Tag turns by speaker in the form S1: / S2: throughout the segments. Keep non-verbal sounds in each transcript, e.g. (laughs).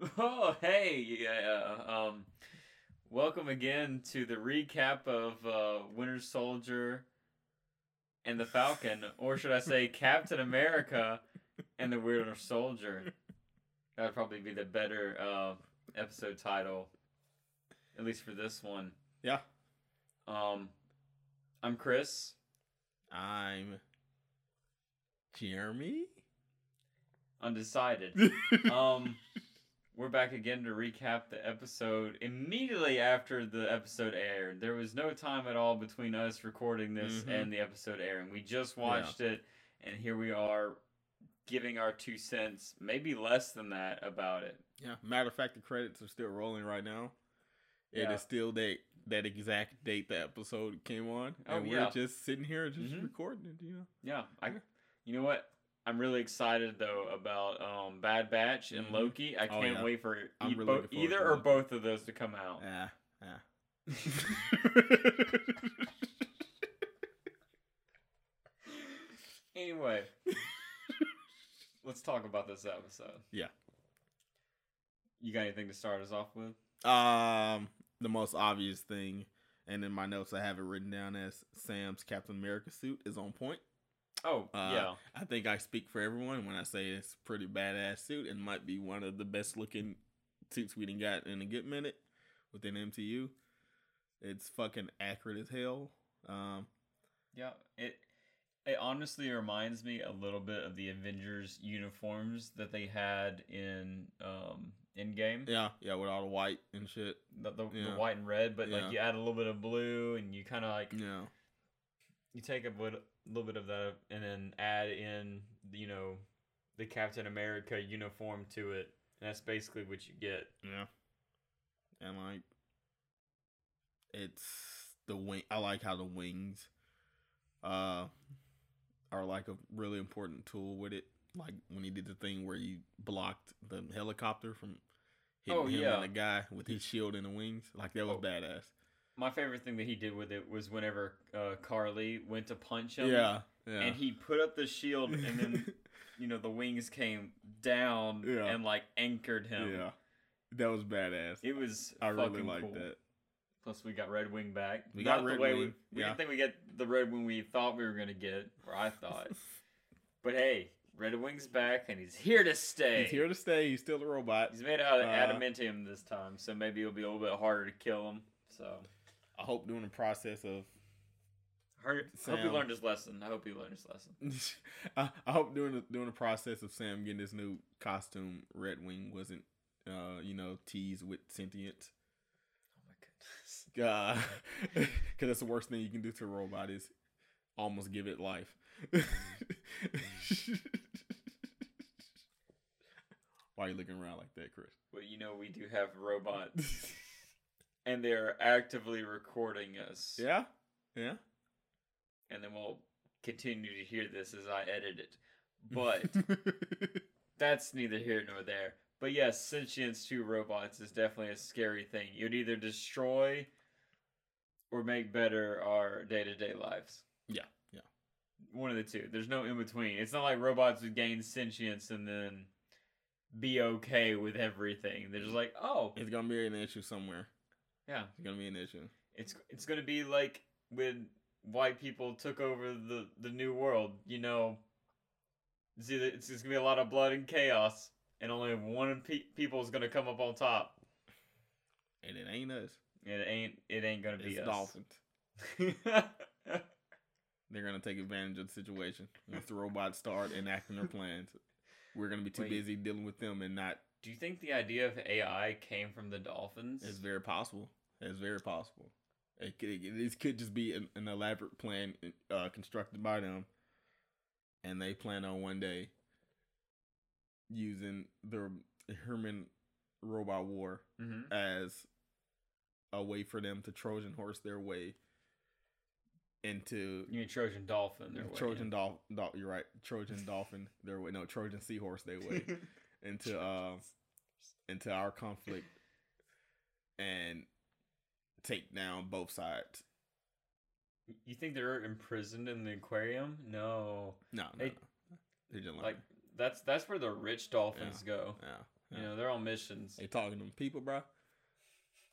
S1: (laughs) Oh, hey, yeah. Um, welcome again to the recap of uh, Winter Soldier and the Falcon, or should I say Captain America and the Winter Soldier. That would probably be the better uh, episode title, at least for this one.
S2: Yeah.
S1: Um, I'm Chris.
S2: I'm Jeremy. (laughs)
S1: Undecided. um, we're back again to recap the episode immediately after the episode aired. There was no time at all between us recording this
S2: Mhm.
S1: and the episode airing. We just watched it, and here we are giving our two cents, maybe less than that, about it.
S2: yeah. Matter of fact, the credits are still rolling right now. It
S1: Yeah.
S2: is still that that exact date the episode came on,
S1: Oh,
S2: and
S1: yeah.
S2: we're just sitting here just
S1: Mhm.
S2: recording it. You know.
S1: Yeah, I. You know what? I'm really excited though about um, Bad Batch and
S2: Mhm.
S1: Loki. I
S2: Oh,
S1: can't
S2: yeah.
S1: wait for e-
S2: I'm really
S1: bo-
S2: looking forward
S1: either
S2: to
S1: or
S2: that.
S1: both of those to come out.
S2: Ah. Ah.
S1: Anyway, let's talk about this episode.
S2: Yeah.
S1: You got anything to start us off with? (laughs)
S2: Um, the most obvious thing, and in my notes I have it written down as Sam's Captain America suit is on point.
S1: Oh
S2: Uh,
S1: yeah,
S2: I think I speak for everyone when I say it's a pretty badass suit and might be one of the best looking suits we done got in a good minute within MCU. It's fucking accurate as hell. Um,
S1: yeah. It it honestly reminds me a little bit of the Avengers uniforms that they had in um Endgame.
S2: yeah, yeah, with all the white and shit.
S1: The, the,
S2: Yeah.
S1: the white and red, but
S2: Yeah. Mm.
S1: like you add a little bit of blue, and you kind of like
S2: Yeah,
S1: you take a bit, little bit of that and then add in you know the captain america uniform to it and that's basically what you get
S2: yeah, and like it's the wing. I like how the wings, uh, are like a really important tool with it. Like when he did the thing where he blocked the helicopter from hitting
S1: Oh,
S2: him
S1: yeah.
S2: and the guy with his shield and the wings. Like that was
S1: Oh.
S2: badass.
S1: my favorite thing that he did with it was whenever uh, carly went to punch him
S2: Yeah, yeah.
S1: and he put up the shield and
S2: (laughs)
S1: then you know the wings came down
S2: Yeah.
S1: and like anchored him
S2: yeah, that was badass.
S1: it was
S2: I
S1: fucking
S2: really like
S1: cool.
S2: that.
S1: plus we got red wing back
S2: We
S1: Not
S2: got Red
S1: the way
S2: Wing,
S1: we, we
S2: yeah.
S1: didn't think we got the red wing we thought we were gonna get or i thought but hey red wing's back and he's here to stay
S2: (laughs) He's here to stay. He's still a robot.
S1: He's made out of
S2: Uh,
S1: adamantium this time, so maybe it'll be a little bit harder to kill him. So
S2: I hope during the process of
S1: Her- hope he
S2: Sam.
S1: learned his lesson. I hope he learned his lesson.
S2: (laughs) I, I hope during the during the process of Sam getting his new costume, Red Wing wasn't, uh, you know, teased with sentience.
S1: Oh my goodness.
S2: (laughs) Because that's the worst thing you can do to a robot is almost give it life. (laughs) Why are you looking around like that, Chris?
S1: But you know we do have robots, (laughs) and they are actively recording us.
S2: yeah, yeah.
S1: And then we'll continue to hear this as I edit
S2: (laughs)
S1: it. But that's neither here nor there. But yes, sentience to robots is definitely a scary thing. You'd either destroy or make better our day to day lives.
S2: Yeah, yeah.
S1: One of the two. There's no in between. It's not like robots would gain sentience and then be okay with everything. They're just like, oh,
S2: it's gonna be an issue somewhere.
S1: yeah.
S2: It's gonna be an issue.
S1: It's it's gonna be like when white people took over the the new world. You know, it's either it's just gonna be a lot of blood and chaos, and only one pe- people is gonna come up on top.
S2: And it ain't us.
S1: And it ain't it ain't gonna be (laughs)
S2: It's
S1: us.
S2: dolphins. They're gonna take advantage of the situation once the robots start enacting their plans. We're gonna be too
S1: Wait.
S2: busy dealing with them and not.
S1: Do you think the idea of AI came from the dolphins?
S2: It's very possible. It's very possible. It could, it, this could just be an, an elaborate plan uh, constructed by them, and they plan on one day using the Herman robot war
S1: hmm
S2: as a way for them to Trojan horse their way into
S1: You mean Trojan dolphin? Their way
S2: Trojan dolphin. you're right. Trojan dolphin. Their way. No, Trojan seahorse. Their
S1: (laughs)
S2: way into uh, into our conflict and take down both sides.
S1: You think they're imprisoned in the aquarium? No,
S2: No, no,
S1: Hey,
S2: no. They're just
S1: like
S2: like
S1: That's that's where the rich dolphins go.
S2: Yeah.
S1: You
S2: yeah.
S1: know, they're on missions.
S2: They talking to them people, bro.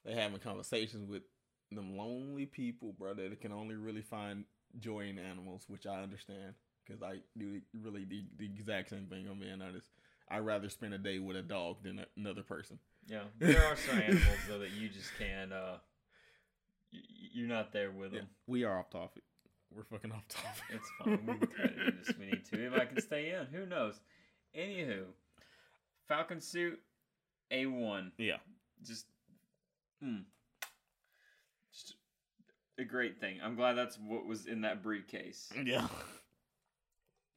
S2: They having conversations with them lonely people, bro, that can only really find joy in animals, which I understand because I do really the, the exact same thing. I'm being honest. I'd rather spend a day with a dog than a, another person.
S1: Yeah, there are some animals though that you just can't. Uh, y- y- you're not there with
S2: Yeah,
S1: them.
S2: we are off topic. We're fucking off topic.
S1: It's
S2: (laughs)
S1: fine. We can cut it in if we need to. If I can stay in, who knows? Anywho, Falcon suit, a one.
S2: Yeah.
S1: Just, mm, just a great thing. I'm glad that's what was in that
S2: (laughs)
S1: briefcase.
S2: Yeah.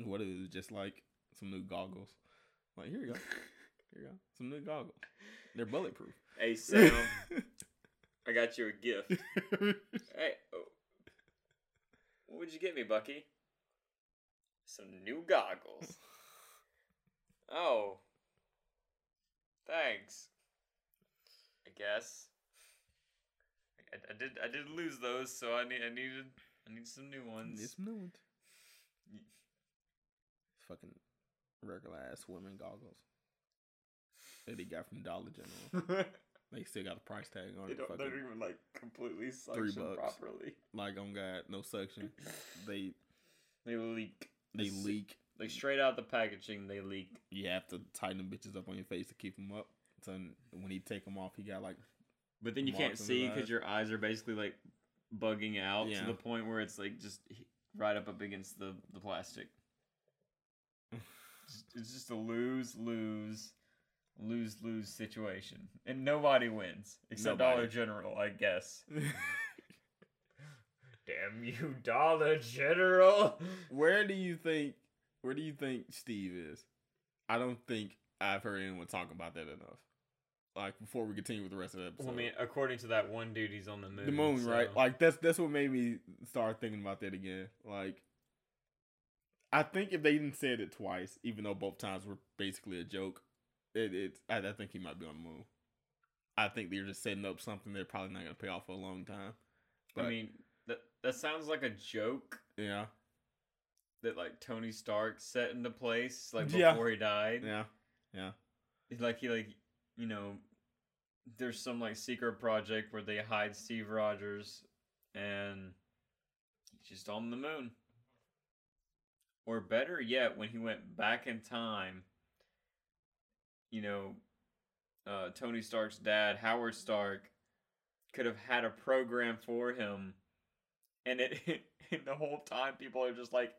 S2: What if it was just like some new goggles? Like, here you go. Here you go. Some new goggles. They're bulletproof.
S1: Hey Sam, I got you a gift. Hey, oh, what would you get me, Bucky? Some new
S2: (laughs)
S1: goggles. Oh, thanks. I guess. I, I did. I did lose those, so I need. I needed. I need some new (laughs)
S2: Need
S1: ones.
S2: some new ones. Fucking regular ass swimming goggles that he got from Dollar General.
S1: they
S2: They still got the price tag on it.
S1: don't.
S2: fucking-
S1: They're even like completely
S2: Three
S1: suctioned
S2: bucks.
S1: properly.
S2: like on God, no suction.
S1: (laughs)
S2: They
S1: They leak.
S2: they
S1: Sick.
S2: leak.
S1: Like straight out the packaging, they leak.
S2: You have to tighten them bitches up on your face to keep them up. So when he take them off, he got like
S1: But then you can't
S2: Marks on the
S1: see because
S2: eyes.
S1: your eyes are basically like bugging out
S2: Yeah.
S1: to the point where it's like just h- right up up against the the plastic. Just- it's just a lose lose lose lose situation, and nobody wins except Dollar
S2: Nobody.
S1: General, I guess. Damn you, Dollar General!
S2: (laughs) Where do you think where do you think Steve is? I don't think I've heard anyone talk about that enough. Like before we continue with the rest of the episode.
S1: Well, I mean, according to that one dude, he's on the moon.
S2: the moon, right?
S1: so-
S2: Like that's that's what made me start thinking about that again. Like I think if they didn't said it twice, even though both times were basically a joke, it, it I, I think he might be on the moon. I think they're just setting up something they're probably not gonna pay off for a long time. But
S1: I mean, that that sounds like a joke.
S2: yeah,
S1: that like Tony Stark set into place like before
S2: (laughs) Yeah.
S1: he died.
S2: yeah,
S1: It's Like he like you know there's some like secret project where they hide Steve Rogers and he's just on the moon. Or better yet, when he went back in time, you know, uh, Tony Stark's dad, Howard Stark, could have had a program for him, and it (laughs) and the whole time people are just like,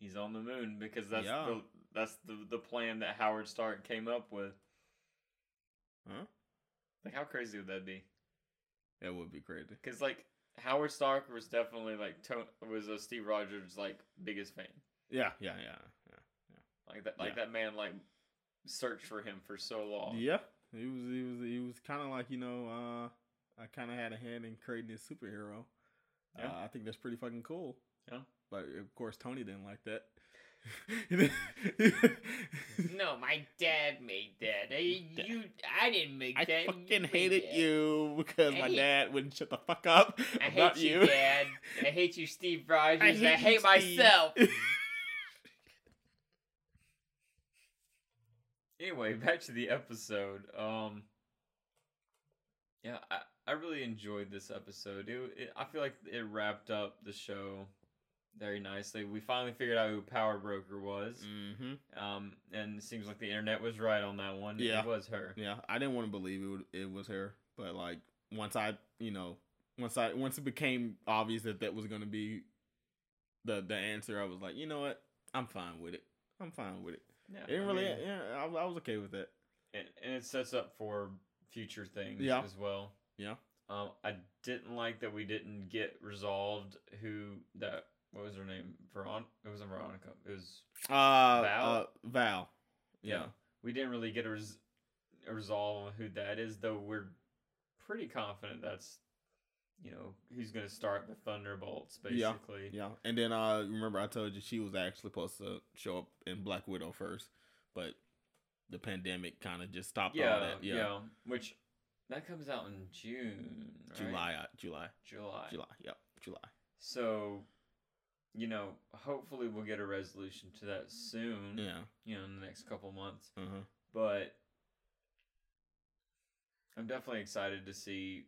S1: he's on the moon because that's
S2: Yeah.
S1: the that's the the plan that Howard Stark came up with.
S2: huh?
S1: Like, how crazy would that be?
S2: That would be crazy.
S1: Because like Howard Stark was definitely like to- was a Steve Rogers like biggest fan.
S2: Yeah, yeah, yeah, yeah.
S1: Like that, like
S2: Yeah.
S1: that man like searched for him for so long.
S2: Yeah, he was he was he was kind of like you know uh, I kind of had a hand in creating this superhero.
S1: Yeah.
S2: Uh, I think that's pretty fucking cool.
S1: Yeah.
S2: But of course Tony didn't like
S1: (laughs)
S2: that. (laughs)
S1: No, my dad made that. I,
S2: Dad.
S1: you, I didn't make
S2: I
S1: that. you
S2: fucking
S1: made
S2: hated
S1: that.
S2: you because
S1: I
S2: my
S1: hate-
S2: dad wouldn't shut the fuck up
S1: I
S2: about
S1: hate you,
S2: (laughs)
S1: Dad. I hate you, Steve Rogers. I hate,
S2: you, Steve.
S1: myself. anyway, (laughs) back to the episode. Um, yeah, I, I really enjoyed this episode. It, it, I feel like it wrapped up the show very nicely. We finally figured out who Power Broker was.
S2: Mhm.
S1: Um, and it seems like the internet was right on that one.
S2: Yeah.
S1: It was her.
S2: Yeah, I didn't want to believe it. would- It was her, but like once I, you know, once I once it became obvious that that was gonna be the the answer, I was like, you know what, I'm fine with it. I'm fine with it.
S1: Yeah,
S2: It didn't
S1: I
S2: really,
S1: mean-
S2: yeah, I, was- I was okay with that.
S1: and, and it sets up for future things
S2: Yeah.
S1: as well.
S2: Yeah.
S1: Um, I didn't like that we didn't get resolved who that what was her name? Veron it wasn't Veronica. It was Val?
S2: Uh, Val, uh, Val, yeah,
S1: we didn't really get a, res- a resolve on who that is, though we're pretty confident that's you know, who's gonna start the Thunderbolts
S2: Yeah.
S1: basically.
S2: yeah, And then uh, remember I told you she was actually supposed to show up in Black Widow first, but the pandemic kind of just stopped all
S1: Yeah,
S2: that.
S1: yeah,
S2: Yeah,
S1: Which that comes out in June. right?
S2: July, uh, July,
S1: July.
S2: July, yep, July.
S1: So you know, hopefully we'll get a resolution to that soon.
S2: Yeah.
S1: You know, in the next couple months.
S2: Uh huh.
S1: But I'm definitely excited to see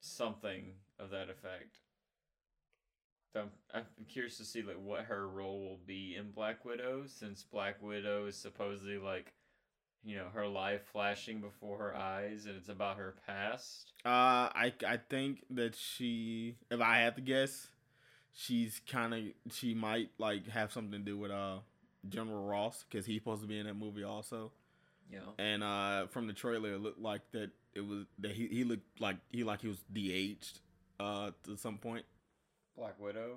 S1: something of that effect. So I'm, I'm curious to see like what her role will be in Black Widow, since Black Widow is supposedly like, you know, her life flashing before her eyes, and it's about her past.
S2: Uh, I I think that she, if I had to guess, she's kind of she might like have something to do with uh General Ross because he's supposed to be in that movie also.
S1: You know.
S2: And uh, from the trailer, it looked like that it was that he, he looked like he like he was de-aged uh to some point.
S1: Black Widow.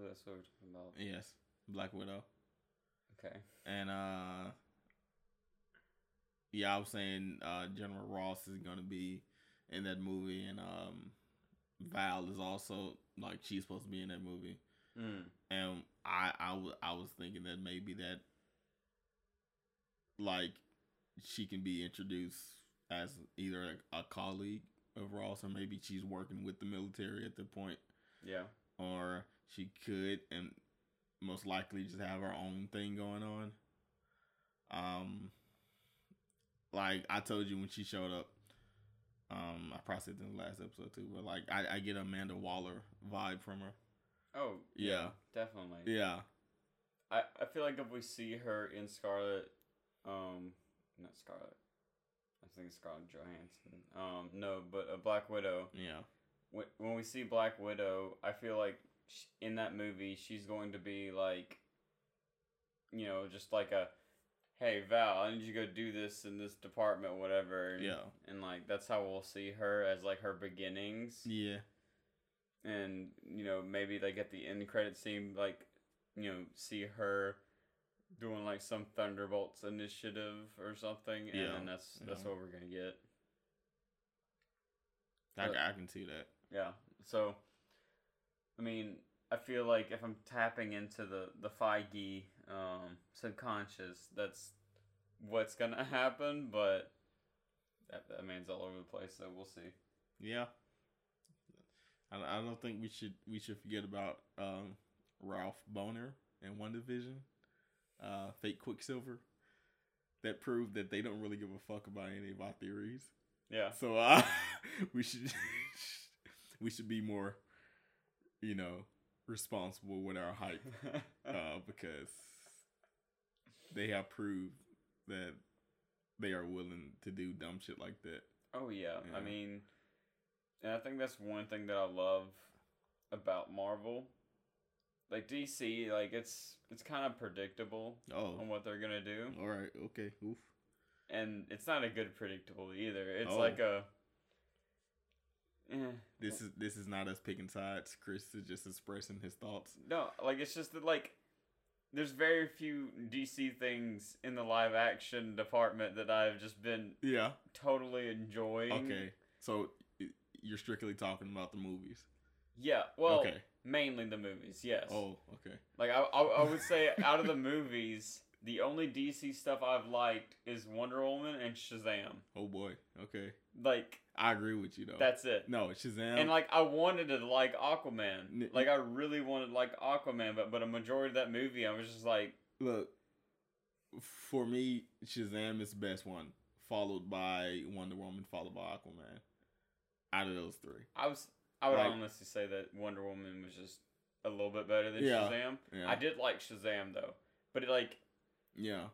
S1: That's what we're talking about.
S2: Yes, Black Widow.
S1: Okay.
S2: And uh yeah, I was saying uh General Ross is gonna be in that movie and um Val is also like she's supposed to be in that movie.
S1: Mm.
S2: And I I wa- I was thinking that maybe that like she can be introduced as either a, a colleague of Ross or maybe she's working with the military at the point
S1: Yeah.
S2: or she could and most likely just have her own thing going on. Um like I told you when she showed up, um, I probably said it in the last episode too, but like I, I get Amanda Waller vibe from her.
S1: Oh.
S2: Yeah.
S1: Definitely.
S2: Yeah.
S1: I, I feel like if we see her in Scarlet, um, not Scarlet, I think it's Scarlet Johansson. Um, no, but a Black Widow.
S2: Yeah.
S1: Wh- When we see Black Widow, I feel like sh in that movie she's going to be like, you know, just like a, hey Val, I need you to go do this in this department, whatever. And,
S2: Yeah.
S1: And like that's how we'll see her as like her beginnings
S2: Yeah.
S1: and you know maybe like at the end credit scene like you know see her doing like some thunderbolts initiative or something and
S2: Yeah,
S1: then that's that's
S2: yeah.
S1: what we're gonna get
S2: I,
S1: But-
S2: I can see that.
S1: yeah so i mean i feel like if i'm tapping into the the feige um subconscious that's what's gonna (laughs) happen but that, that man's all over the place so we'll see
S2: Yeah. I, I don't think we should we should forget about um, Ralph Boner and One Division, uh, fake Quicksilver, that proved that they don't really give a fuck about any of our theories.
S1: yeah (laughs)
S2: So uh, (laughs) we should (laughs) we should be more, you know, responsible with
S1: (laughs)
S2: our hype uh, because they have proved that they are willing to do dumb shit like that.
S1: Oh yeah. I
S2: Yeah.
S1: mean, and I think that's one thing that I love about Marvel. Like DC, like it's it's kind of predictable
S2: Oh,
S1: on what they're gonna do,
S2: all right, okay, oof.
S1: and it's not a good predictable either. It's
S2: Oh.
S1: like a. Eh.
S2: This is this is not us picking sides. Chris is just expressing his thoughts.
S1: No, like it's just that like there's very few DC things in the live action department that I've just been
S2: Yeah.
S1: totally enjoying.
S2: Okay. So y- you're strictly talking about the movies.
S1: Yeah. Well,
S2: okay.
S1: mainly the movies. Yes.
S2: Oh, okay.
S1: Like I, I, I would say, out of the movies, the only DC stuff I've liked is Wonder Woman and Shazam.
S2: Oh boy. Okay.
S1: Like
S2: I agree with you though.
S1: that's it.
S2: Oh. no Shazam.
S1: And like I wanted to like
S2: N-
S1: Aquaman. Like I really wanted to like Aquaman, but but a majority of that movie, I was just like,
S2: look, for me, Shazam is the best one, followed by Wonder Woman, followed by Aquaman. Out of those three,
S1: I was, I would
S2: Like-
S1: honestly say that Wonder Woman was just a little bit better than
S2: Yeah.
S1: Shazam.
S2: yeah,
S1: I did like Shazam though, but it, like
S2: yeah,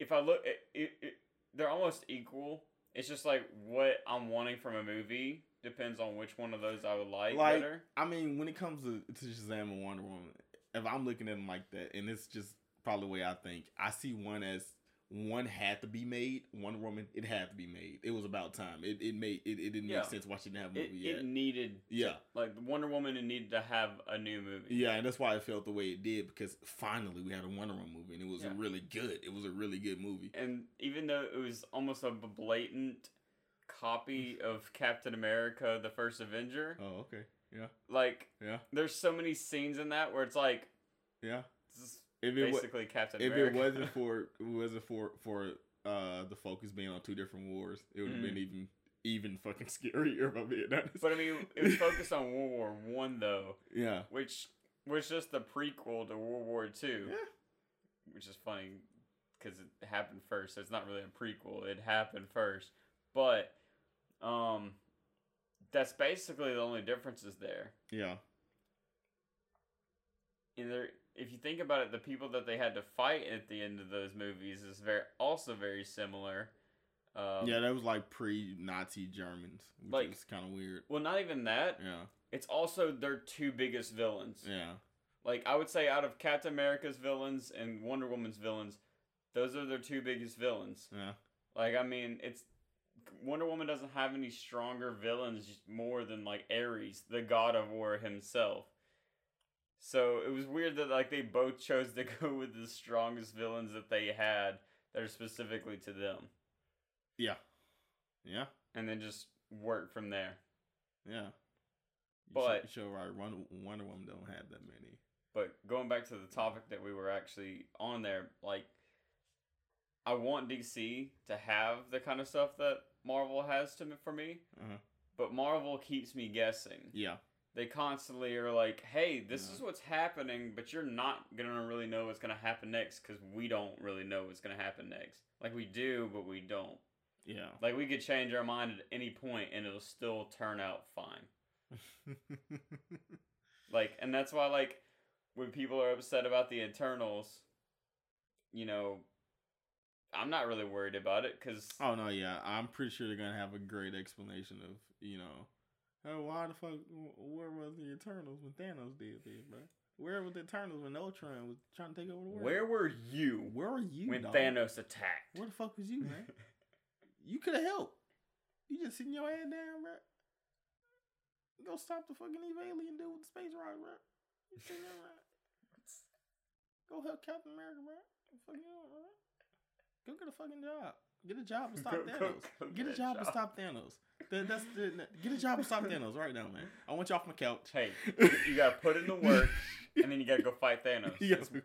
S1: if I look, it, it, it, they're almost equal. It's just like what I'm wanting from a movie depends on which one of those I would like,
S2: Like-
S1: better.
S2: I mean, when it comes to, to Shazam and Wonder Woman, if I'm looking at them like that, and it's just probably the way I think, I see one as one had to be made. Wonder Woman, it had to be made. It was about time. It it made it, it didn't
S1: Yeah.
S2: make sense why she didn't have a
S1: It,
S2: movie yet.
S1: it needed
S2: yeah,
S1: like Wonder Woman. It needed to have a new movie.
S2: yeah, and that's why it felt the way it did because finally we had a Wonder Woman movie, and it was
S1: Yeah.
S2: really good. It was a really good movie.
S1: And even though it was almost a blatant
S2: (laughs)
S1: copy of Captain America: The First Avenger,
S2: Oh, okay, yeah,
S1: like
S2: yeah,
S1: there's so many scenes in that where it's like
S2: yeah.
S1: this is
S2: If it was
S1: basically Captain
S2: if it
S1: America.
S2: wasn't
S1: (laughs)
S2: for it wasn't for for uh the focus being on two different wars, it would have
S1: Mhm.
S2: been even even fucking (laughs) scarier. If I'm being honest. (laughs)
S1: but I mean, it was focused on World War One though,
S2: yeah,
S1: which was just the prequel to World War Two,
S2: Yeah.
S1: which is funny because it happened first. So it's not really a prequel. It happened first, but um, that's basically the only difference is there.
S2: Yeah.
S1: And there, if you think about it, the people that they had to fight at the end of those movies is very also very similar. Um,
S2: yeah, that was like pre-Nazi Germans, which
S1: Like-
S2: is kind of weird.
S1: Well, not even that.
S2: Yeah.
S1: It's also their two biggest villains.
S2: Yeah.
S1: Like I would say, out of Captain America's villains and Wonder Woman's villains, those are their two biggest villains.
S2: Yeah.
S1: Like I mean, it's Wonder Woman doesn't have any stronger villains more than like Ares, the god of war himself. So it was weird that like they both chose to (laughs) go with the strongest villains that they had that are specifically to them,
S2: Yeah. Yeah.
S1: and then just work from there.
S2: Yeah. You
S1: But-
S2: show, you show right, Wonder, Wonder Woman don't have that many.
S1: But going back to the topic that we were actually on there, like I want DC to have the kind of stuff that Marvel has to for me,
S2: Uh-huh.
S1: but Marvel keeps me guessing.
S2: Yeah.
S1: They constantly are like, "Hey, this
S2: Yeah.
S1: is what's happening, but you're not gonna really know what's gonna happen next because we don't really know what's gonna happen next. Like we do, but we don't.
S2: Yeah. (laughs)
S1: Like we could change our mind at any point and it'll still turn out fine." Like, and that's why, like, when people are upset about the internals, you know, I'm not really worried about it because,
S2: oh no, yeah. I'm pretty sure they're gonna have a great explanation of you know, oh why the fuck, wh- where was the Eternals when Thanos did this, bro? Where was the Eternals when Ultron was trying to take over the world?
S1: where were you
S2: Where were you
S1: when
S2: dog?
S1: Thanos attacked?
S2: Where the fuck was you, man? you could have helped. You just sitting your ass down, bro. Go stop the fucking Eve alien dude with the space rock, bro. You sitting there, bro. Go help Captain America, bro. Fuck you, up, bro. Go get a fucking job. Get a job and
S1: (laughs)
S2: stop
S1: Go- go-
S2: Thanos.
S1: go
S2: get a job and stop Thanos. That- that's the, get a job and stop Thanos right now, man. I want you off my couch.
S1: Hey, you gotta put in the work and then you gotta go fight
S2: (laughs)
S1: Thanos.
S2: You
S1: It's,
S2: gotta-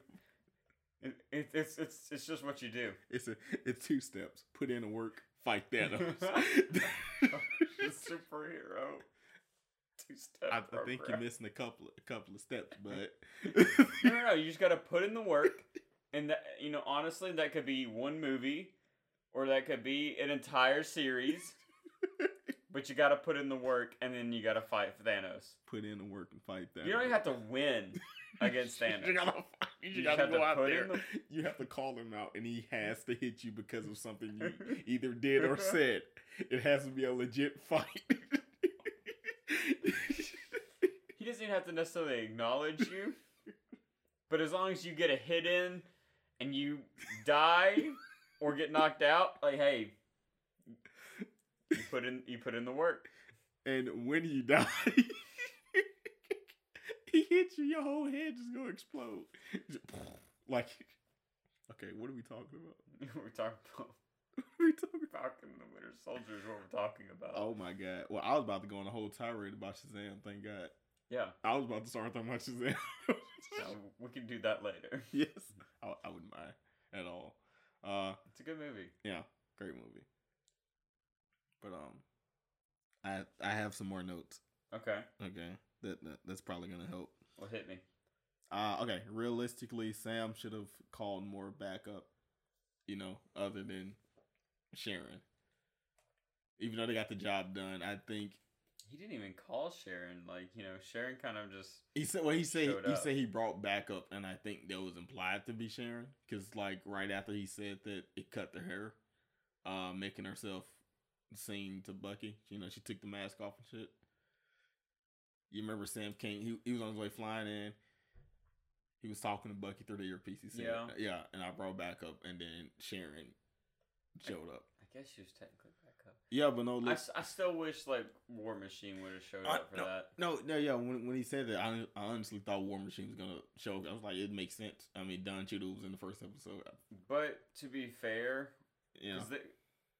S1: it, it's, it's, it's, it's just what you do.
S2: (laughs) it's a, it's two steps. Put in the work. Fight (laughs)
S1: You're a superhero. Two step.
S2: I, I think you're missing a couple a couple of steps, but
S1: No, no, no. You just gotta put in the work, and that you know, honestly, that could be one movie, or that could be an entire series. but you gotta put in the work, and then you gotta fight for Thanos.
S2: put in the work and fight that.
S1: You don't even have to win against
S2: (laughs) you
S1: Thanos.
S2: gotta, fight- you
S1: You
S2: gotta
S1: have
S2: go
S1: to
S2: out
S1: put
S2: there.
S1: in
S2: You have to call him out, and he has to hit you because of something
S1: (laughs)
S2: you either did or said. It has to be a legit fight.
S1: (laughs) He doesn't even have to necessarily acknowledge
S2: (laughs)
S1: you, but as long as you get a hit in, and you die or get knocked out, like hey, you put in you put in the work. (laughs)
S2: and when (laughs) you die, he hits you. Your whole head just gonna explode. (laughs) Just Like, okay, what are we talking about? (laughs)
S1: We're talking about
S2: What are we talking?
S1: Falcon and the Winter Soldier is what we're talking about.
S2: Oh my god. Well, I was about to go on a whole tirade about Shazam, thank God.
S1: Yeah,
S2: I was about to start talking about (laughs) Shazam. (laughs)
S1: no, we can do that later.
S2: yes. I, I wouldn't mind at all. Uh
S1: It's a good movie.
S2: yeah, great movie. But um I I have some more notes.
S1: Okay,
S2: Okay. That, that that's probably gonna help.
S1: well, hit me.
S2: Uh okay, realistically, Sam should have called more backup, you know, other than Sharon. Even though they got the job done, I think
S1: He didn't even call Sharon. Like you know, Sharon kind of just
S2: He said, "Well, he said
S1: showed
S2: he
S1: up.
S2: said he brought back up, and I think that was implied to be Sharon, because like right after he said that, it cut to her, uh, making herself seen to Bucky. You know, she took the mask off and shit. You remember Sam came? He he was on his way flying in. He was talking to Bucky through the earpiece. He said,
S1: Yeah.
S2: yeah." And I brought back up, and then Sharon showed up.
S1: I guess she was technically back up.
S2: Yeah, but no,
S1: I,
S2: listen,
S1: s- I still wish like War Machine would have showed
S2: I-
S1: up for that.
S2: No, no, yeah. When, when he said that, I, I honestly thought War Machine was gonna show. up. I was like, it makes sense. I mean, Don Cheadle was in the first episode.
S1: But to be fair,
S2: Yeah,
S1: 'cause they-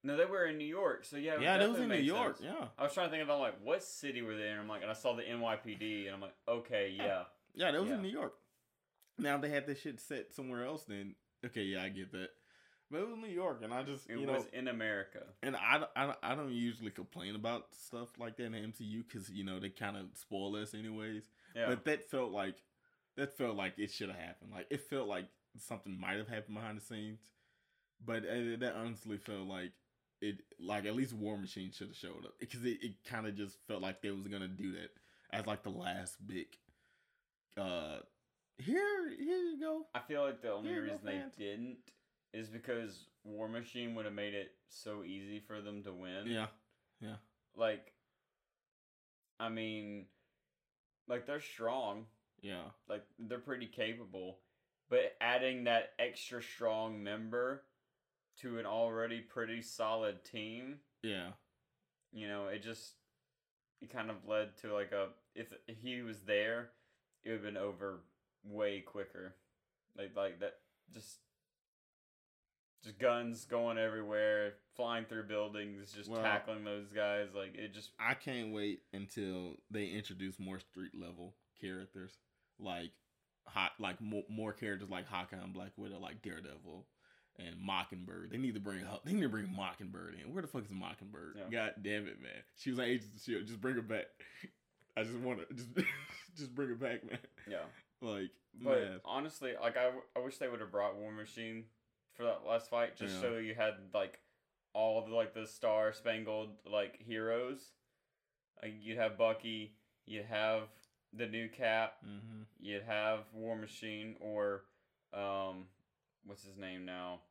S1: no, they were in New York, so yeah, it
S2: yeah, that was
S1: definitely
S2: in New
S1: makes
S2: York.
S1: sense.
S2: Yeah,
S1: I was trying to think about like what city were they in. I'm like, and I saw the NYPD, and I'm like, okay, yeah,
S2: yeah, that was
S1: Yeah.
S2: in New York. Now if they had this shit set somewhere else. Then okay, yeah, I get that. But it was New York, and I just
S1: it
S2: you know,
S1: was in America.
S2: and I, don't- I, don't- I don't usually complain about stuff like that in the MCU because you know they kind of spoil us anyways.
S1: Yeah,
S2: But that felt like that felt like it should have happened. Like it felt like something might have happened behind the scenes, but uh, that honestly felt like it. Like at least War Machine should have showed up because it, it kind of just felt like they was gonna do that as like the last big. Uh, here, here you go.
S1: I feel like the only
S2: Yeah, no
S1: reason they
S2: fans.
S1: didn't is because War Machine would have made it so easy for them to win.
S2: Yeah,
S1: Like, I mean, like they're strong.
S2: yeah,
S1: Like they're pretty capable, but adding that extra strong member to an already pretty solid team,
S2: yeah,
S1: you know, it just it kind of led to like a if he was there, it would have been over way quicker. Like like that just just guns going everywhere, flying through buildings, just
S2: Well-
S1: tackling those guys. Like it just
S2: I can't wait until they introduce more street level characters, like hot, like more, more characters like Hawkeye and Black Widow, like Daredevil and Mockingbird. They need to bring Ho- they need to bring Mockingbird in. Where the fuck is Mockingbird?
S1: Yeah.
S2: God damn it, man! She was like, Agents of S.H.I.E.L., E just bring her back. I just want to just (laughs) just bring her back, man.
S1: yeah.
S2: Like,
S1: But
S2: man.
S1: honestly, like I, w- I wish they would have brought War Machine for that last fight, just
S2: Yeah.
S1: so you had like all the like the Star Spangled like heroes. Like you'd have Bucky, you'd have the new Cap,
S2: Mm-hmm.
S1: you'd have War Machine, or um, what's his name now?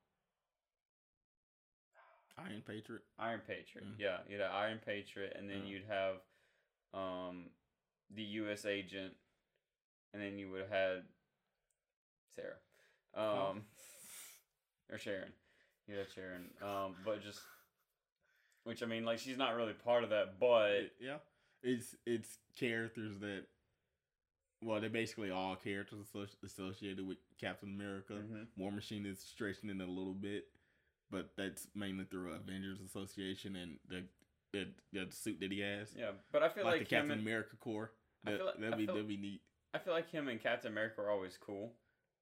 S2: Iron Patriot.
S1: Iron Patriot.
S2: Mm.
S1: Yeah, you'd have Iron Patriot, and then
S2: Yeah.
S1: you'd have um, the U.S. Agent, and then you would have had Sarah, um, or Sharon. You'd have Sharon. Um, but just which I mean, like she's not really part of that, but
S2: It- yeah, it's it's characters that, well, they're basically all characters associ- associated with Captain America.
S1: Mhm.
S2: War Machine is stretching it a little bit, but that's mainly through Avengers Association and the the, the suit that he has,
S1: yeah. But I feel
S2: like,
S1: like,
S2: the
S1: him
S2: Captain
S1: and,
S2: America Corps.
S1: I
S2: That,
S1: feel like-
S2: that'd
S1: I
S2: be
S1: feel-
S2: that'd be neat.
S1: I feel like him and Captain America were always cool.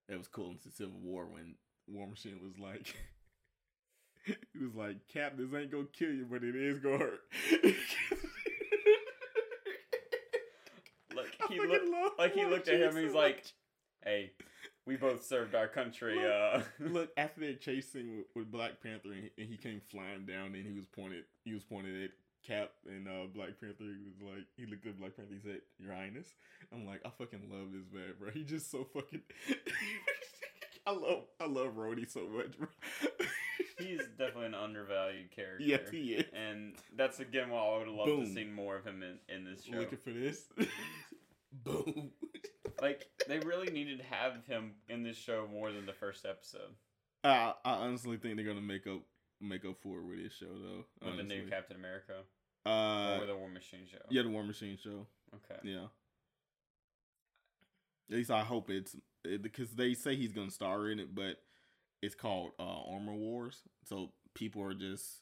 S2: That was cool in the Civil War when War Machine was like. (laughs) He was like, Cap, this ain't gonna kill you, but it is gonna (laughs) hurt. (laughs)
S1: Like
S2: I
S1: he
S2: fucking
S1: looked
S2: love
S1: like he
S2: War
S1: looked at him
S2: Machine
S1: and he's
S2: so
S1: like, (laughs)
S2: much.
S1: "Hey, we both served our country."
S2: Look-
S1: uh
S2: look after their chasing with, with Black Panther and he, and he came flying down and he was pointed he was pointed at Cap and uh, Black Panther he was like he looked at Black Panther he said Your Highness I'm like I fucking love this man bro he just so fucking (laughs) I love I love Rhodey so much bro
S1: (laughs)
S2: (laughs)
S1: He's definitely an undervalued character.
S2: yes he is
S1: And that's again why I would have loved to
S2: Boom.
S1: see more of him in, in this show.
S2: looking
S1: (laughs)
S2: for this boom
S1: like they really needed to have him in this show more than the first episode
S2: I I honestly think they're gonna make up make up for it with this show though
S1: with the new
S2: honestly.
S1: Captain America
S2: uh
S1: or the War Machine show.
S2: yeah the War Machine show
S1: Okay.
S2: Yeah. At least I hope it's because they say he's gonna star in it, but it's called uh, Armor Wars, so people are just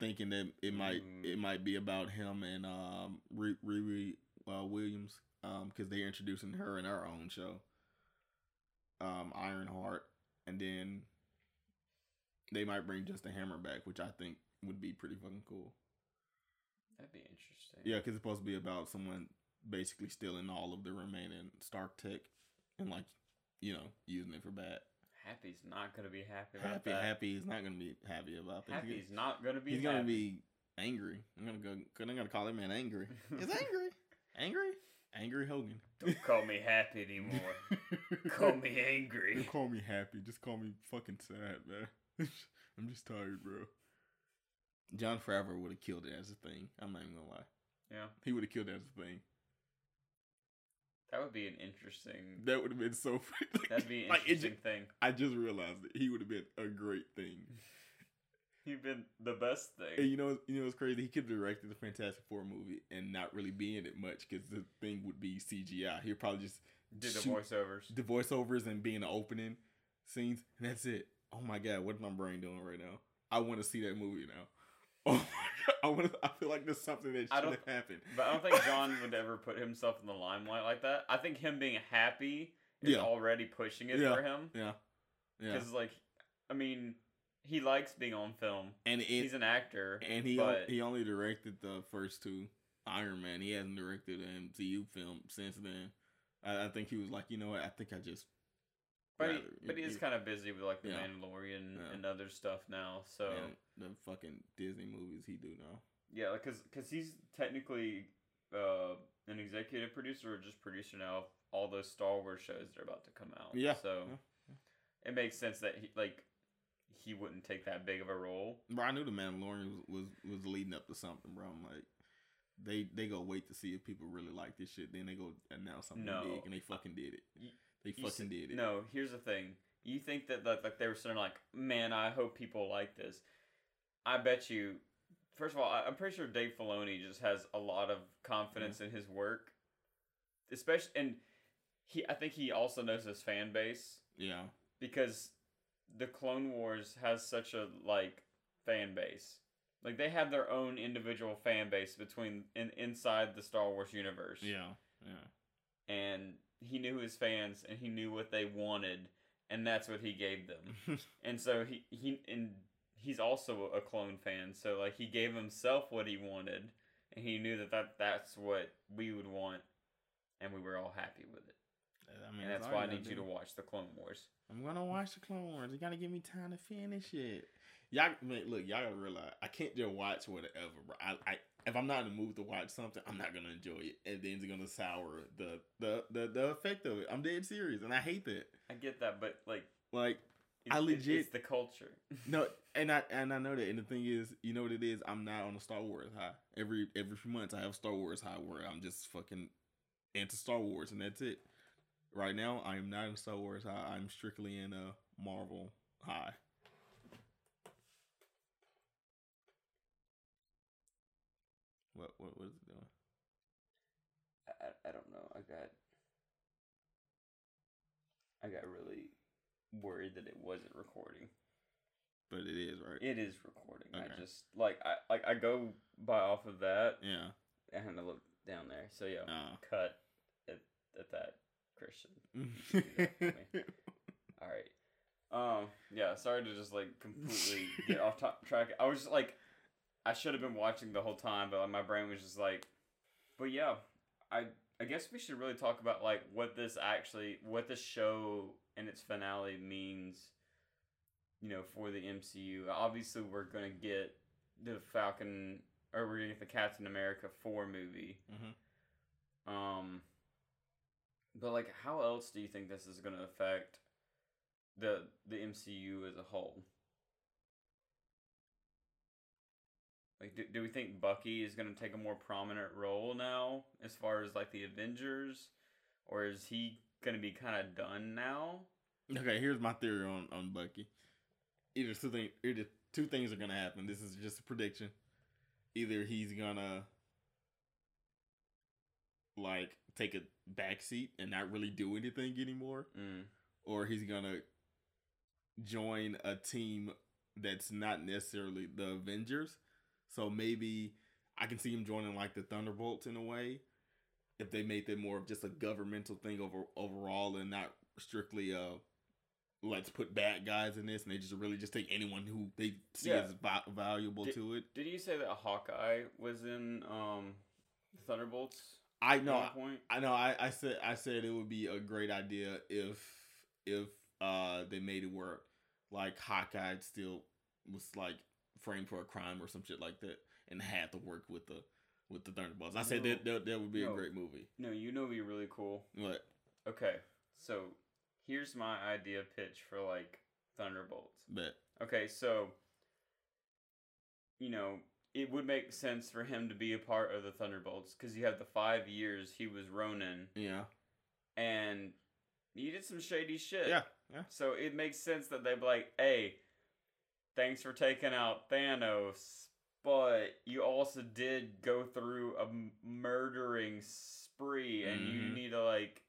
S2: thinking that it might
S1: Mm.
S2: it might be about him and um Ri- Riri uh, Williams, um because they're introducing her in her own show, um Ironheart, and then they might bring Justin Hammer back, which I think would be pretty fucking cool.
S1: That'd be interesting.
S2: Yeah, because it's supposed to be about someone basically stealing all of the remaining Stark tech and like, you know, using it for bad.
S1: Happy's not gonna be happy about
S2: Happy,
S1: that.
S2: happy is not gonna be happy about that.
S1: Happy's not gonna be
S2: he's gonna
S1: happy.
S2: be angry. I'm gonna go. I'm gonna call that man angry.
S1: (laughs)
S2: He's angry, angry, angry Hogan.
S1: Don't call me happy anymore.
S2: (laughs)
S1: call me
S2: Don't
S1: angry.
S2: call me happy. Just call me fucking sad, man. (laughs) I'm just tired, bro. John Favreau would have killed it as a thing. I'm not even gonna lie.
S1: (laughs) Yeah.
S2: He would have killed it as a thing.
S1: That would be an
S2: (laughs)
S1: interesting
S2: That would have been so. freaking-
S1: that'd be an
S2: like, it ju-
S1: interesting thing.
S2: I just realized that he would have been a great thing.
S1: You've been the best
S2: And
S1: thing.
S2: you know, you know, it's crazy. He could have directed the Fantastic Four movie and not really be in it much because the thing would be CGI. He'd probably just
S1: Did the
S2: shoot
S1: voiceovers.
S2: the voiceovers and be in the opening scenes, and that's it. Oh my god, what's my brain doing right now? I want to see that movie now. (laughs) Oh my god, I want. I feel like there's something that
S1: I
S2: should have
S1: don't-
S2: happened.
S1: But I don't think John would ever put himself in the limelight like that. I think him being happy is
S2: Yeah.
S1: already pushing it
S2: Yeah.
S1: for him.
S2: yeah, (laughs) yeah,
S1: Because, like, I mean, he likes being on film.
S2: and it,
S1: He's an actor.
S2: and he
S1: but-
S2: he only directed the first two Iron Man. He hasn't directed an MCU film since then. I, I think he was like, you know what? I think I just.
S1: But he,
S2: rather-
S1: but he is
S2: yeah,
S1: kind of busy with like the
S2: Yeah.
S1: Mandalorian
S2: Yeah.
S1: and other stuff now. So
S2: and the fucking Disney movies he do now.
S1: yeah, because because he's technically uh, an executive producer or just producer now of all those Star Wars shows that are about to come out.
S2: Yeah,
S1: So
S2: yeah,
S1: it makes sense that he like he wouldn't take that big of a role.
S2: Bro, I knew the Mandalorian was, was was leading up to something, bro. I'm like, they they go wait to see if people really like this shit, then they go announce something
S1: No.
S2: big, and they fucking did it.
S1: You-
S2: They
S1: You
S2: fucking
S1: s-
S2: did it.
S1: No, here's the thing. You think that like, like they were sitting like, man, I hope people like this. I bet you. First of all, I, I'm pretty sure Dave Filoni just has a lot of confidence in his work, especially and he. I think he also knows his fan base
S2: Yeah,
S1: because the Clone Wars has such a like fan base. Like they have their own individual fan base between in, inside the Star Wars universe
S2: yeah, yeah.
S1: (laughs)
S2: (laughs)
S1: and he knew his fans and he knew what they wanted and that's what he gave
S2: (laughs)
S1: them and so he he and he's also a clone fan so like he gave himself what he wanted and he knew that, that that's what we would want and we were all happy with it
S2: I mean,
S1: and that's
S2: all
S1: why i
S2: gotta
S1: need you to
S2: do.
S1: watch the clone wars
S2: I'm gonna watch the Clone Wars. You gotta give me time to finish it. Y'all, man, look, y'all gotta realize I can't just watch whatever, bro. I, I, if I'm not in the mood to watch something, I'm not gonna enjoy it, and then it's gonna sour the the the, the effect of it. I'm dead serious, and I hate that.
S1: i get that but like
S2: Like,
S1: it-
S2: I
S1: it- it's
S2: legit-
S1: the culture
S2: (laughs)
S1: (laughs)
S2: no, and I and I know that. And the thing is, you know what it is. I'm not on a Star Wars high. Every every few months, I have Star Wars high where I'm just fucking into Star Wars, and that's it. Right now, I am not in Star Wars high. I'm strictly in a Marvel high. What what what is it doing?
S1: I, I don't know i got i got really worried that it wasn't recording
S2: But it is right.
S1: It is recording.
S2: Okay.
S1: I just like I like I go by off of that
S2: Yeah.
S1: and I look down there. So yeah,
S2: Uh.
S1: cut at, at that Christian. All right. Um. Yeah. Sorry to just like completely get off top track. I was just like, I should have been watching the whole time, but like, my brain was just like, but yeah, I I guess we should really talk about like what this actually, what this show and its finale means, you know, for the MCU. Obviously, we're gonna get the Falcon, or we're gonna get the Captain America four movie.
S2: Mhm.
S1: Um, but like, how else do you think this is gonna affect the the MCU as a whole? Like, do, do we think Bucky is gonna take a more prominent role now, as far as like the Avengers, or is he gonna be kind of done now?
S2: Okay, here's my theory on on Bucky. Either two things, either two things are gonna happen. This is just a prediction. Either he's gonna like take a back seat and not really do anything anymore,
S1: Mm.
S2: or he's gonna join a team that's not necessarily the Avengers. So maybe I can see him joining like the Thunderbolts in a way, if they make it more of just a governmental thing over overall and not strictly uh let's put bad guys in this and they just really just take anyone who they see
S1: Yeah.
S2: as va- valuable
S1: Di-
S2: to it.
S1: Did you say that Hawkeye was in um, Thunderbolts?
S2: I
S1: at
S2: know.
S1: one
S2: I-
S1: point.
S2: I know. I, I said I said it would be a great idea if if uh they made it work. Like Hawkeye still was like framed for a crime or some shit like that, and had to work with the with the Thunderbolts. I said that, that that would be
S1: No.
S2: a great movie.
S1: No, you know, be really cool.
S2: But
S1: Okay, so here's my idea pitch for like Thunderbolts.
S2: but
S1: Okay, so you know, it would make sense for him to be a part of the Thunderbolts because you have the five years he was Ronin
S2: yeah
S1: and he did some shady shit.
S2: yeah yeah
S1: So it makes sense that they'd be like, hey, thanks for taking out Thanos, but you also did go through a m- murdering spree and you
S2: Mhm.
S1: need to, like,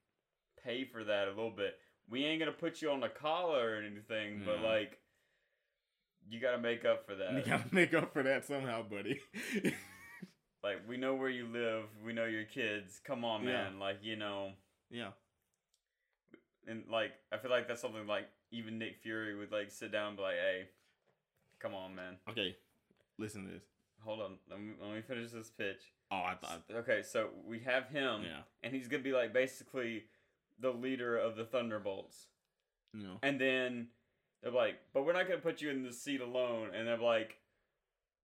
S1: pay for that a little bit. We ain't gonna put you on the collar or anything, but,
S2: No.
S1: like, you gotta make up for that.
S2: you gotta make up for that somehow, buddy. (laughs)
S1: Like, we know where you live, we know your kids. Come on,
S2: Yeah.
S1: man. Like, you know.
S2: yeah
S1: and like I feel like that's something like even Nick Fury would like sit down and be like, "Hey, come on, man,
S2: okay. Listen to this.
S1: hold on, let me, let me finish this pitch."
S2: Oh, I thought
S1: Okay, so we have him,
S2: yeah
S1: and he's gonna be like basically the leader of the Thunderbolts. (laughs)
S2: You know,
S1: And then they're like, but we're not going to put you in the seat alone. And they're like,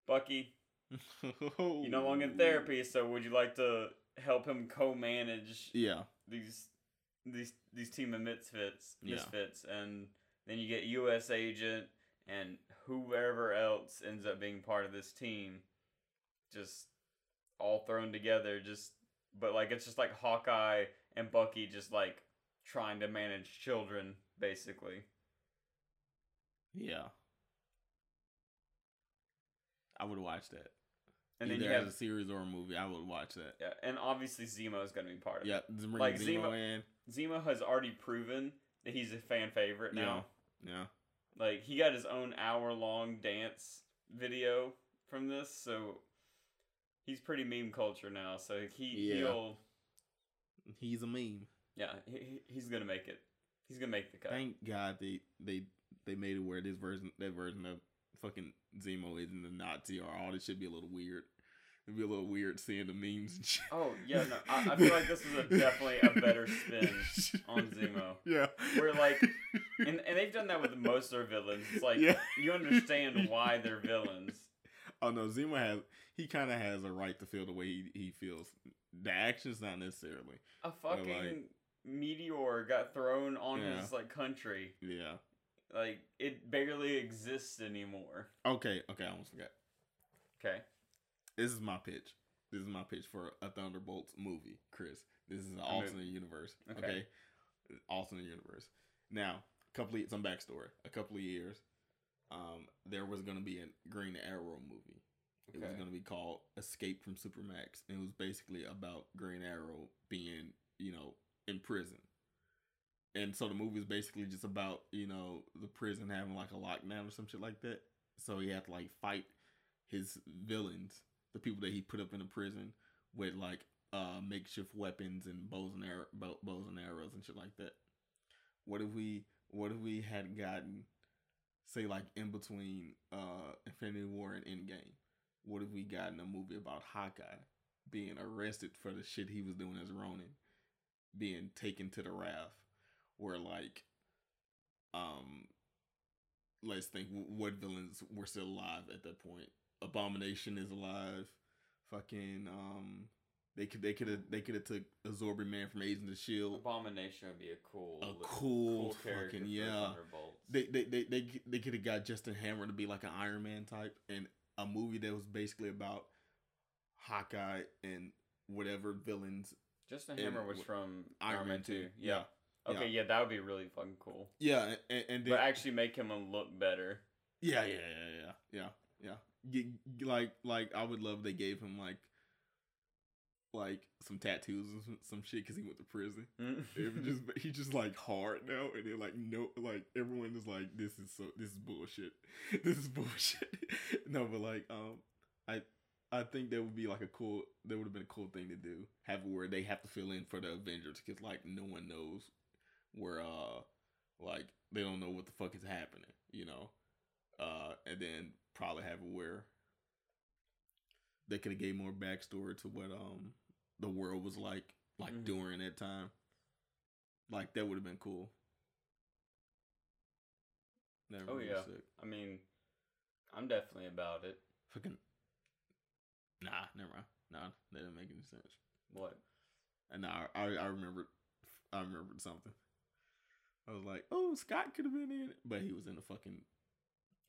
S1: Bucky, you're no longer in therapy, so would you like to help him co-manage
S2: Yeah,
S1: these these these team of misfits
S2: Yeah.
S1: misfits and then you get US agent and whoever else ends up being part of this team just all thrown together just but like it's just like Hawkeye and Bucky just like trying to manage children basically
S2: yeah. I would watch that.
S1: and
S2: Either
S1: then you
S2: as
S1: have
S2: a series or a movie, I would watch that.
S1: yeah, and obviously Zemo is going to be part of
S2: Yeah,
S1: it
S2: just bring
S1: Like,
S2: Zemo,
S1: Zemo-
S2: in.
S1: Zemo has already proven that he's a fan favorite
S2: Yeah.
S1: now
S2: Yeah,
S1: Like he got his own hour long dance video from this, so he's pretty meme culture now. So he
S2: Yeah.
S1: he'll
S2: he's a meme.
S1: yeah he, he- he's gonna make it. He's gonna make the cut.
S2: Thank God they they they made it where this version that version of fucking Zemo isn't a Nazi or all this should be a little weird. It'd be a little weird seeing the memes. And shit.
S1: Oh yeah, no, I, I feel like this is (laughs)
S2: (laughs)
S1: a, definitely a better spin on Zemo.
S2: Yeah,
S1: Where like and and they've done that with most of their villains. It's like
S2: yeah.
S1: you understand why they're villains.
S2: Oh no, Zemo has he kind of has a right to feel the way he, he feels. The action's not necessarily.
S1: A fucking meteor got thrown on
S2: Yeah.
S1: his like country.
S2: Yeah.
S1: Like it barely exists anymore.
S2: Okay. Okay. I almost forgot.
S1: Okay.
S2: This is my pitch. This is my pitch for a Thunderbolts movie, Chris. This is
S1: A
S2: an
S1: movie.
S2: alternate universe.
S1: Okay.
S2: Okay. Alternate universe. Now, a couple of, some backstory. A couple of years, um, there was gonna be a Green Arrow movie. It was
S1: Okay.
S2: gonna be called Escape from Supermax, and it was basically about Green Arrow being, you know, in prison. And so the movie is basically just about, you know, the prison having like a lockdown or some shit like that. So he had to like fight his villains, the people that he put up in the prison with like uh makeshift weapons and bows and arrow, bow, bows and arrows and shit like that. What if we what if we had gotten say like in between uh Infinity War and Endgame? What if we gotten a movie about Hawkeye being arrested for the shit he was doing as Ronin, being taken to the raft, where like um let's think wh- what villains were still alive at that point. Abomination is alive. Fucking um they could they could have they could have took Absorbing Man from Agents of Shield.
S1: Abomination would be a cool,
S2: E A
S1: li-
S2: cool,
S1: character
S2: fucking
S1: for
S2: yeah.
S1: Thunderbolts.
S2: They they they they, they could have got Justin Hammer to be like an Iron Man type and a movie that was basically about Hawkeye and whatever villains
S1: Justin
S2: and
S1: Hammer was
S2: w-
S1: from
S2: Iron, Man two.
S1: Yeah.
S2: yeah.
S1: Okay, yeah. that would be really fucking cool.
S2: Yeah, a- and, and then,
S1: But actually make him a look better. (laughs)
S2: Yeah, yeah, yeah, yeah, yeah, yeah. G- g- like, like I would love they gave him like, like some tattoos and some, some shit because he went to prison. (laughs) It was just he just like hard now, and they're like no, like everyone is like this is so this is bullshit, (laughs) this is bullshit. (laughs) no, but like um, I I think that would be like a cool that would have been a cool thing to do. Have it where they have to fill in for the Avengers because like no one knows where uh like they don't know what the fuck is happening, you know. Uh, and then probably have it where they could have gave more backstory to what um the world was like like
S1: Mhm.
S2: during that time. Like that would have been cool. That
S1: Oh,
S2: would've been
S1: yeah.
S2: sick.
S1: I mean, I'm definitely about it.
S2: Fucking Nah, never mind. Nah, that didn't make any sense.
S1: What?
S2: And I I, I remembered I remembered something. I was like, oh, Scott could have been in it. But he was in a fucking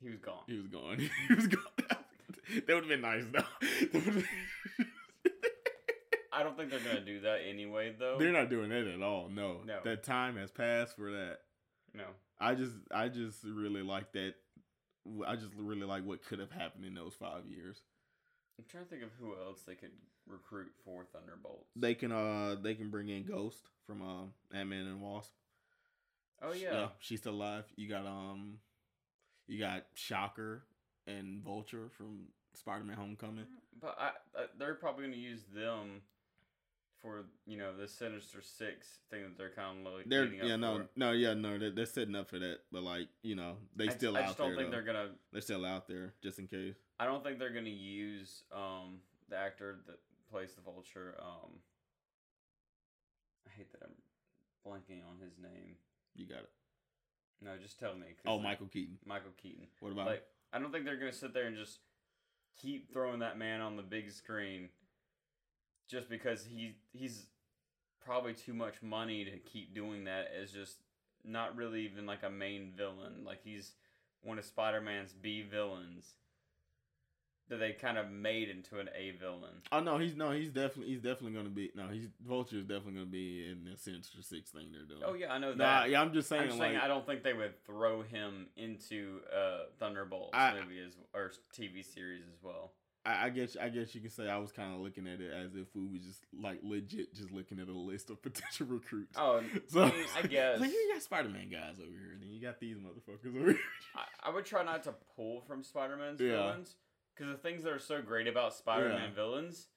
S1: He was gone.
S2: He was gone. (laughs) He was gone. that would have been nice though. (laughs) That would've been-
S1: I don't think they're gonna do that anyway, though.
S2: They're not doing that at all. No.
S1: No.
S2: That time has passed for that.
S1: No.
S2: I just I just really like that I just really like what could have happened in those five years.
S1: I'm trying to think of who else they could recruit for Thunderbolts.
S2: They can uh they can bring in Ghost from um Ant Man and Wasp.
S1: oh
S2: Sh-
S1: yeah.
S2: she's still alive. You got um, you got Shocker and Vulture from Spider Man Homecoming.
S1: But I, I, they're probably going to use them for you know the Sinister Six thing that they're kind of like
S2: They're
S1: leading up
S2: yeah no
S1: for.
S2: no yeah no they're, they're setting up for that, but like you know they
S1: I just-
S2: still
S1: I
S2: out
S1: just don't
S2: there.
S1: think
S2: though.
S1: they're
S2: they're
S1: gonna.
S2: still out there just in case.
S1: I don't think they're gonna use um the actor that plays the Vulture. Um, I hate that I'm blanking on his name.
S2: You got it.
S1: No, just tell me. 'cause,
S2: Oh,
S1: like,
S2: Michael Keaton.
S1: Michael Keaton.
S2: What about
S1: Like, I don't think they're gonna sit there and just keep throwing that man on the big screen, just because he he's probably too much money to keep doing that as just not really even like a main villain. Like he's one of Spider Man's B villains that they kind of made into an A villain.
S2: Oh no, he's no, he's definitely he's definitely gonna be no, he's Vulture is definitely gonna be in the Sinister Six thing they're doing.
S1: Oh yeah, I know that.
S2: nah, yeah, I'm just saying
S1: I'm just
S2: like
S1: saying I don't think they would throw him into uh, Thunderbolts
S2: I-
S1: movie as or TV series as well.
S2: I, I guess I guess you could say I was kind of looking at it as if we was just like legit just looking at a list of (laughs) potential recruits.
S1: Oh,
S2: (laughs) so
S1: I mean, I guess.
S2: like you got Spider Man guys over here, and then you got these motherfuckers over here. (laughs)
S1: I, I would try not to pull from Spider Man's
S2: Yeah.
S1: villains because the things that are so great about Spider Man
S2: Yeah.
S1: villains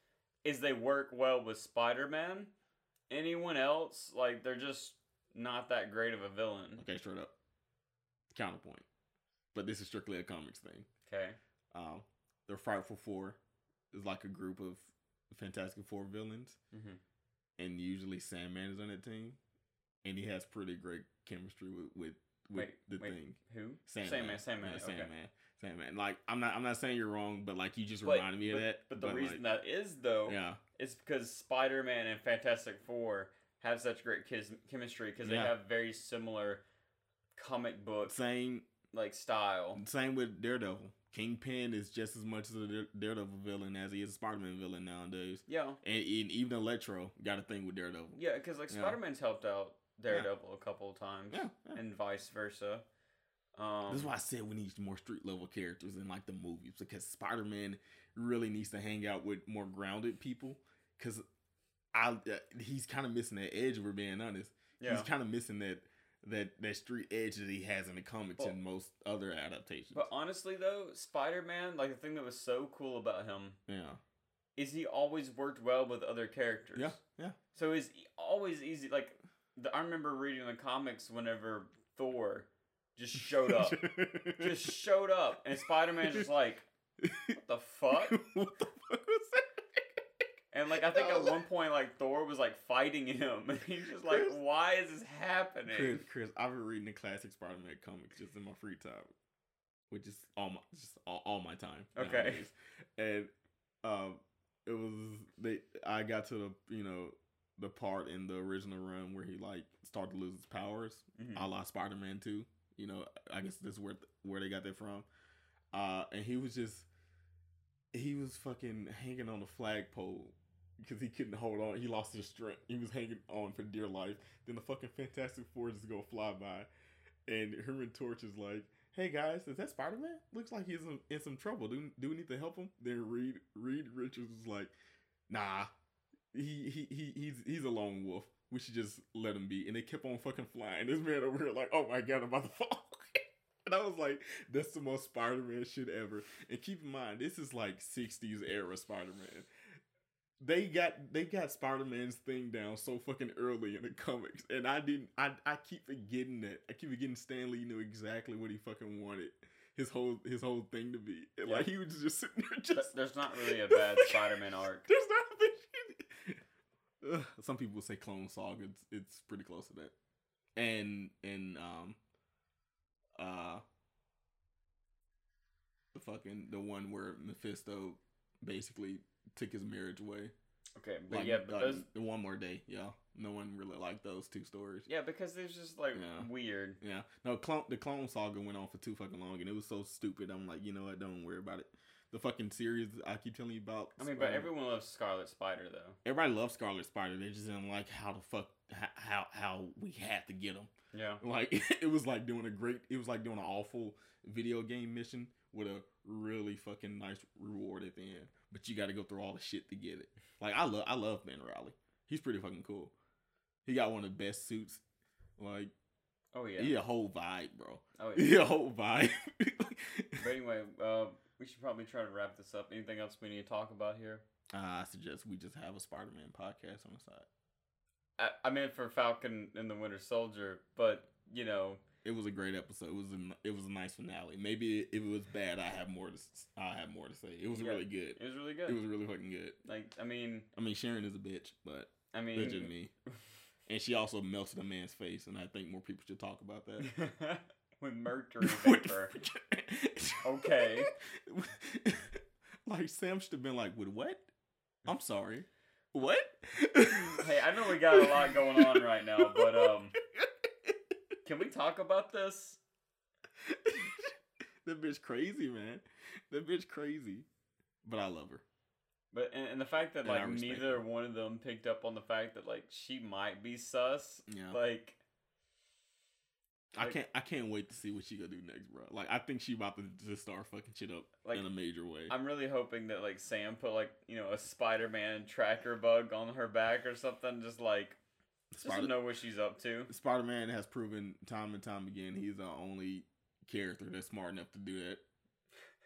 S1: is they work well with Spider Man. Anyone else, like they're just not that great of a villain.
S2: Okay, straight up counterpoint, but this is strictly a comics thing.
S1: Okay,
S2: Um, the Frightful Four is like a group of Fantastic Four villains.
S1: hmm
S2: and usually Sandman is on that team, and he has pretty great chemistry with with, with
S1: Wait,
S2: the
S1: wait.
S2: thing.
S1: who?
S2: Sandman,
S1: Sandman, Sandman,
S2: Yeah,
S1: okay.
S2: Sandman, Sandman. Like I'm not I'm not saying you're wrong, but like you just
S1: But-
S2: reminded me of
S1: but-
S2: that.
S1: But the reason
S2: like,
S1: that is though
S2: yeah,
S1: is because Spider Man and Fantastic Four have such great chis- chemistry because
S2: Yeah.
S1: they have very similar comic book
S2: same
S1: like style.
S2: same with Daredevil. Kingpin is just as much as a Dare- Daredevil villain as he is a Spider-Man villain nowadays,
S1: Yeah,
S2: and, and even Electro got a thing with Daredevil.
S1: yeah, because like
S2: Yeah.
S1: Spider Man's helped out Daredevil a couple of times.
S2: yeah. yeah.
S1: and vice versa. Um,
S2: That's why I said we need more street level characters in like the movies because Spider Man really needs to hang out with more grounded people because I uh, he's kind of missing that edge. If we're being honest,
S1: yeah.
S2: he's kind of missing that that that street edge that he has in the comics
S1: Well-
S2: and most other adaptations.
S1: But honestly, though, Spider Man, like the thing that was so cool about him
S2: yeah,
S1: is he always worked well with other characters.
S2: yeah, yeah,
S1: So it's e- always easy. Like the, I remember reading the comics whenever Thor just showed
S2: (laughs)
S1: up, just showed up, and Spider Man's just like, what the fuck?
S2: what the fuck was
S1: And like I think at one point, like Thor was like fighting him, (laughs) and he's just like,
S2: Chris-
S1: why is this
S2: that? Chris,
S1: happening?
S2: Chris, I've been reading the classic Spider Man comics just in my free time, which is all my just all, all my time.
S1: Okay.
S2: nowadays. and um, it was they. I got to the you know the part in the original run where he like started to lose his powers,
S1: Mhm.
S2: a la Spider Man Two. You know, I guess that's where where they got that from. Uh, and he was just he was fucking hanging on the flagpole because he couldn't hold on. He lost his strength. He was hanging on for dear life. Then the fucking Fantastic Four just go fly by, and Herman Torch is like, "Hey guys, is that Spider Man? Looks like he's in, in some trouble. Do do we need to help him?" Then Reed Reed Richards is like, "Nah, he he he he's he's a lone wolf. We should just let him be." And they kept on fucking flying. This man over here like, "Oh my god, I'm about to fall." (laughs) And I was like, that's the most Spider Man shit ever. And keep in mind, this is like 60s era Spider Man. They got they got Spider Man's thing down so fucking early in the comics. And I didn't I I keep forgetting that. I keep forgetting Stanley knew exactly what he fucking wanted his whole his whole thing to be. And like he was just sitting there
S1: (laughs) Th-
S2: just
S1: There's not really a bad Spider Man arc.
S2: There's not a big- Ugh, Some people say Clone Saga. It's, it's pretty close to that. And and um uh the fucking the one where Mephisto basically took his marriage away.
S1: Okay, but
S2: Like,
S1: yeah, but
S2: like,
S1: those,
S2: the one more day, yeah. No one really liked those two stories.
S1: yeah, because there's just like
S2: Yeah.
S1: weird.
S2: Yeah. No, clone the clone saga went on for too fucking long and it was so stupid. I'm like, you know what, don't worry about it. The fucking series I keep telling you about
S1: I
S2: um,
S1: mean, but
S2: Spider-Man-
S1: everyone loves Scarlet Spider though.
S2: everybody loves Scarlet Spider. They just didn't like how the fuck how how, how we had to get him.
S1: Yeah.
S2: Like (laughs) it was like doing a great, it was like doing an awful video game mission with a really fucking nice reward at the end. But you got to go through all the shit to get it. Like I love I love Ben Riley. He's pretty fucking cool. He got one of the best suits. Like
S1: Oh yeah.
S2: he a whole vibe, bro.
S1: (laughs) Oh yeah.
S2: He a whole vibe. (laughs)
S1: But anyway, uh, we should probably try to wrap this up. Anything else we need to talk about here?
S2: uh, I suggest we just have a Spider Man podcast on the side.
S1: I, I meant for Falcon and the Winter Soldier, but you know,
S2: it was a great episode. It was a it was a nice finale. Maybe if it was bad, I have more to s- I have more to say. It was
S1: Yeah.
S2: really good.
S1: it was really
S2: It
S1: good.
S2: was really fucking good.
S1: like, I mean,
S2: I mean, Sharon is a bitch, but
S1: I mean,
S2: bitch is me. And she also melted a man's face, and I think more people should talk
S1: (laughs)
S2: about that. (laughs)
S1: With mercury vapor. Okay.
S2: (laughs) like Sam should have been like, "With what? I'm sorry. What?
S1: hey, I know we got a lot going on right now, but
S2: (laughs)
S1: um, can we talk about this?
S2: (laughs) that bitch crazy, man. That bitch crazy. But I love her.
S1: But and, and the fact that
S2: And I
S1: like
S2: respect
S1: neither
S2: that.
S1: one of them picked up on the fact that like she might be sus,
S2: Yeah.
S1: like
S2: I
S1: like-
S2: can't. I can't wait to see what she gonna do next, bro. Like I think she about to just start fucking shit up
S1: Like,
S2: in a major way.
S1: I'm really hoping that like Sam put like you know a Spider-Man tracker bug on her back or something, just like just to know what she's up to.
S2: Spider Man has proven time and time again he's the only character that's smart enough to do that.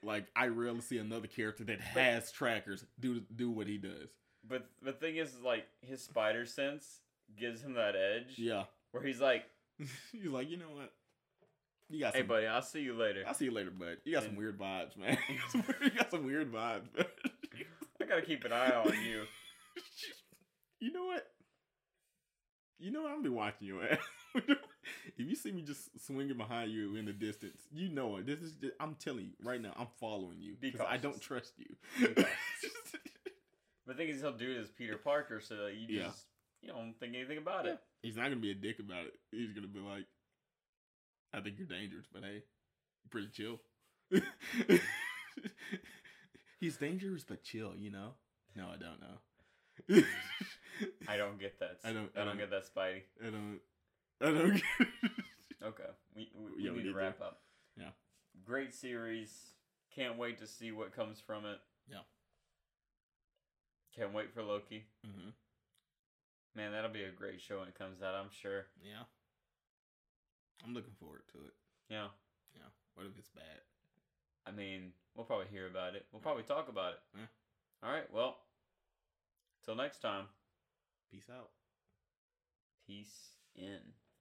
S2: Like I rarely see another character that has trackers do do what he does.
S1: But the thing is, like his spider sense gives him that edge.
S2: Yeah, (laughs)
S1: Where he's like,
S2: he's like, you know what? You got
S1: "Hey,
S2: some.
S1: buddy, I'll see you later.
S2: I'll see you later, bud. You got some
S1: And-
S2: weird vibes, man. (laughs) you got some weird vibes. man.
S1: (laughs) I gotta keep an eye on you."
S2: (laughs) you know what? You know what? I'm gonna be watching your ass. (laughs) if you see me just swinging behind you in the distance, you know it. This is just, I'm telling you right now. I'm following you
S1: Be
S2: because I don't
S1: cautious.
S2: trust you.
S1: Be But the thing is, he'll do it as Peter Parker, so that you
S2: Yeah.
S1: just you don't think anything about it.
S2: (laughs) He's not gonna be a dick about it. He's gonna be like, "I think you're dangerous, but hey, you're pretty chill." (laughs) He's dangerous but chill, you know. No, I don't know. (laughs)
S1: I don't get that.
S2: I don't-
S1: I
S2: I
S1: don't
S2: don't-
S1: get that Spidey.
S2: I don't. I don't. (laughs)
S1: Okay, we we, we
S2: Yeah, we
S1: need
S2: did
S1: to
S2: do.
S1: wrap up.
S2: Yeah.
S1: Great series. Can't wait to see what comes from it.
S2: Yeah.
S1: Can't wait for Loki.
S2: mm-hmm.
S1: Man, that'll be a great show when it comes out. I'm sure.
S2: Yeah. I'm looking forward to it.
S1: Yeah.
S2: Yeah. What if it's bad?
S1: I mean, we'll probably hear about it. We'll probably talk about it.
S2: Yeah.
S1: All right. Well, till next time.
S2: Peace out.
S1: Peace in. (laughs)